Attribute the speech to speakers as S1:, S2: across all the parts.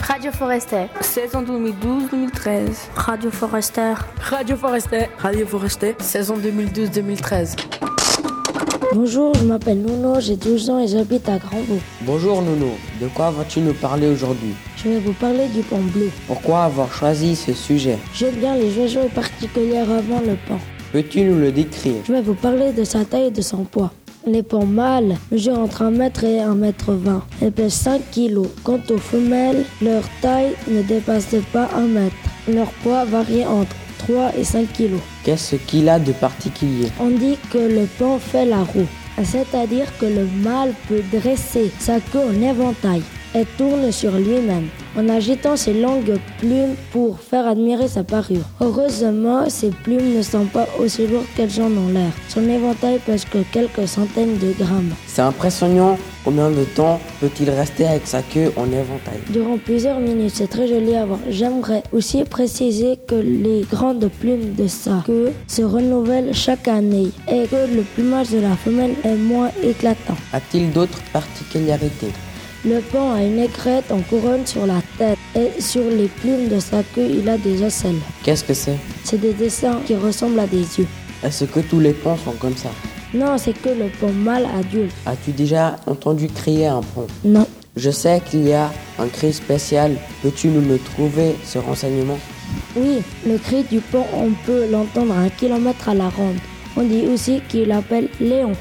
S1: Radio Forester.
S2: Saison 2012-2013.
S3: Radio Forester.
S4: Radio Forester.
S5: Radio Forester.
S6: Saison 2012-2013.
S7: Bonjour, je m'appelle Nouno, j'ai 12 ans et j'habite à Grandvaux.
S8: Bonjour Nouno, de quoi vas-tu nous parler aujourd'hui
S7: Je vais vous parler du pan bleu.
S8: Pourquoi avoir choisi ce sujet
S7: J'aime bien les oiseaux et particulièrement le pan.
S8: Peux-tu nous le décrire
S7: Je vais vous parler de sa taille et de son poids. Les pans mâles mesurent entre 1 mètre et 1 mètre 20 et pèsent 5 kg. Quant aux femelles, leur taille ne dépasse pas 1 mètre. Leur poids varie entre 3 et 5 kg.
S8: Qu'est-ce qu'il a de particulier
S7: On dit que le pan fait la roue, c'est-à-dire que le mâle peut dresser sa queue en éventail et tourne sur lui-même en agitant ses longues plumes pour faire admirer sa parure. Heureusement, ses plumes ne sont pas aussi lourdes qu'elles en ont l'air. Son éventail pèse que quelques centaines de grammes.
S8: C'est impressionnant. Combien de temps peut-il rester avec sa queue en éventail
S7: Durant plusieurs minutes, c'est très joli à voir. J'aimerais aussi préciser que les grandes plumes de sa queue se renouvellent chaque année et que le plumage de la femelle est moins éclatant.
S8: A-t-il d'autres particularités
S7: le pan a une aigrette en couronne sur la tête et sur les plumes de sa queue, il a des ocelles.
S8: Qu'est-ce que c'est
S7: C'est des dessins qui ressemblent à des yeux.
S8: Est-ce que tous les pans sont comme ça
S7: Non, c'est que le pan mâle adulte.
S8: As-tu déjà entendu crier un pan
S7: Non.
S8: Je sais qu'il y a un cri spécial. Peux-tu nous le trouver, ce renseignement
S7: Oui, le cri du pan, on peut l'entendre à un kilomètre à la ronde. On dit aussi qu'il appelle Léon.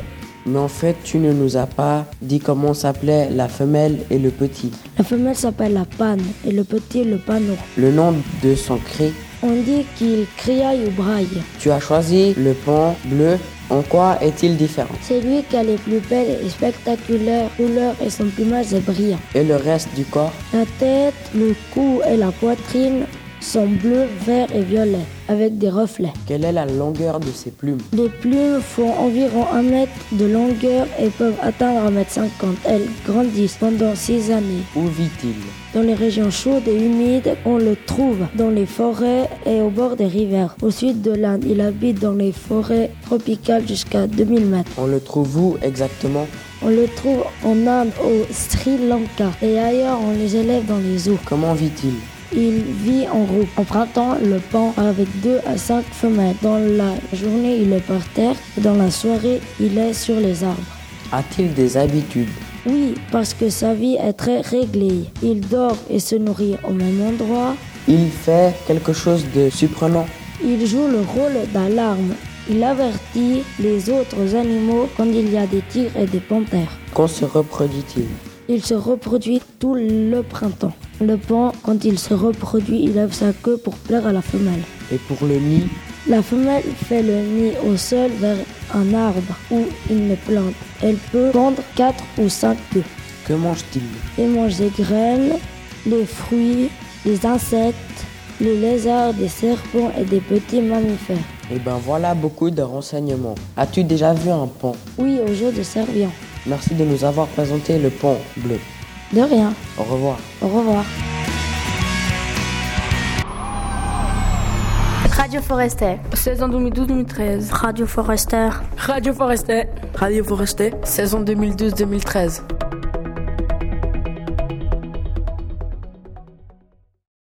S8: Mais en fait, tu ne nous as pas dit comment s'appelaient la femelle et le petit.
S7: La femelle s'appelle la panne et le petit le panneau.
S8: Le nom de son cri
S7: On dit qu'il criaille ou braille.
S8: Tu as choisi le pan bleu. En quoi est-il différent
S7: C'est lui qui a les plus belles et spectaculaires couleurs et son plumage est brillant.
S8: Et le reste du corps
S7: La tête, le cou et la poitrine sont bleus, verts et violets, avec des reflets.
S8: Quelle est la longueur de ses plumes
S7: Les plumes font environ 1 mètre de longueur et peuvent atteindre 1 m. 50. Elles grandissent pendant 6 années.
S8: Où vit-il
S7: Dans les régions chaudes et humides, on le trouve dans les forêts et au bord des rivières. Au sud de l'Inde, il habite dans les forêts tropicales jusqu'à 2000 mètres.
S8: On le trouve où exactement
S7: On le trouve en Inde, au Sri Lanka et ailleurs, on les élève dans les eaux.
S8: Comment vit-il
S7: Il vit en groupe. En printemps, le pan avec 2 à 5 femelles. Dans la journée, il est par terre. Et dans la soirée, il est sur les arbres.
S8: A-t-il des habitudes
S7: Oui, parce que sa vie est très réglée. Il dort et se nourrit au même endroit.
S8: Il fait quelque chose de surprenant.
S7: Il joue le rôle d'alarme. Il avertit les autres animaux quand il y a des tigres et des panthères.
S8: Quand se reproduit-il
S7: il se reproduit tout le printemps. Le pan, quand il se reproduit, il lève sa queue pour plaire à la femelle.
S8: Et pour le nid
S7: La femelle fait le nid au sol vers un arbre ou une plante. Elle peut pondre 4 ou 5 queues.
S8: Que mange-t-il
S7: Il mange des graines, les fruits, les insectes, les lézards, des serpents et des petits mammifères.
S8: Et ben voilà beaucoup de renseignements. As-tu déjà vu un pan
S7: Oui, au jeu de Servian.
S8: Merci de nous avoir présenté le pan bleu.
S7: De rien.
S8: Au revoir.
S7: Au revoir.
S1: Radio Forester.
S2: Saison 2012-2013.
S3: Radio Forester.
S4: Radio Forester.
S5: Radio Forester.
S6: Saison 2012-2013.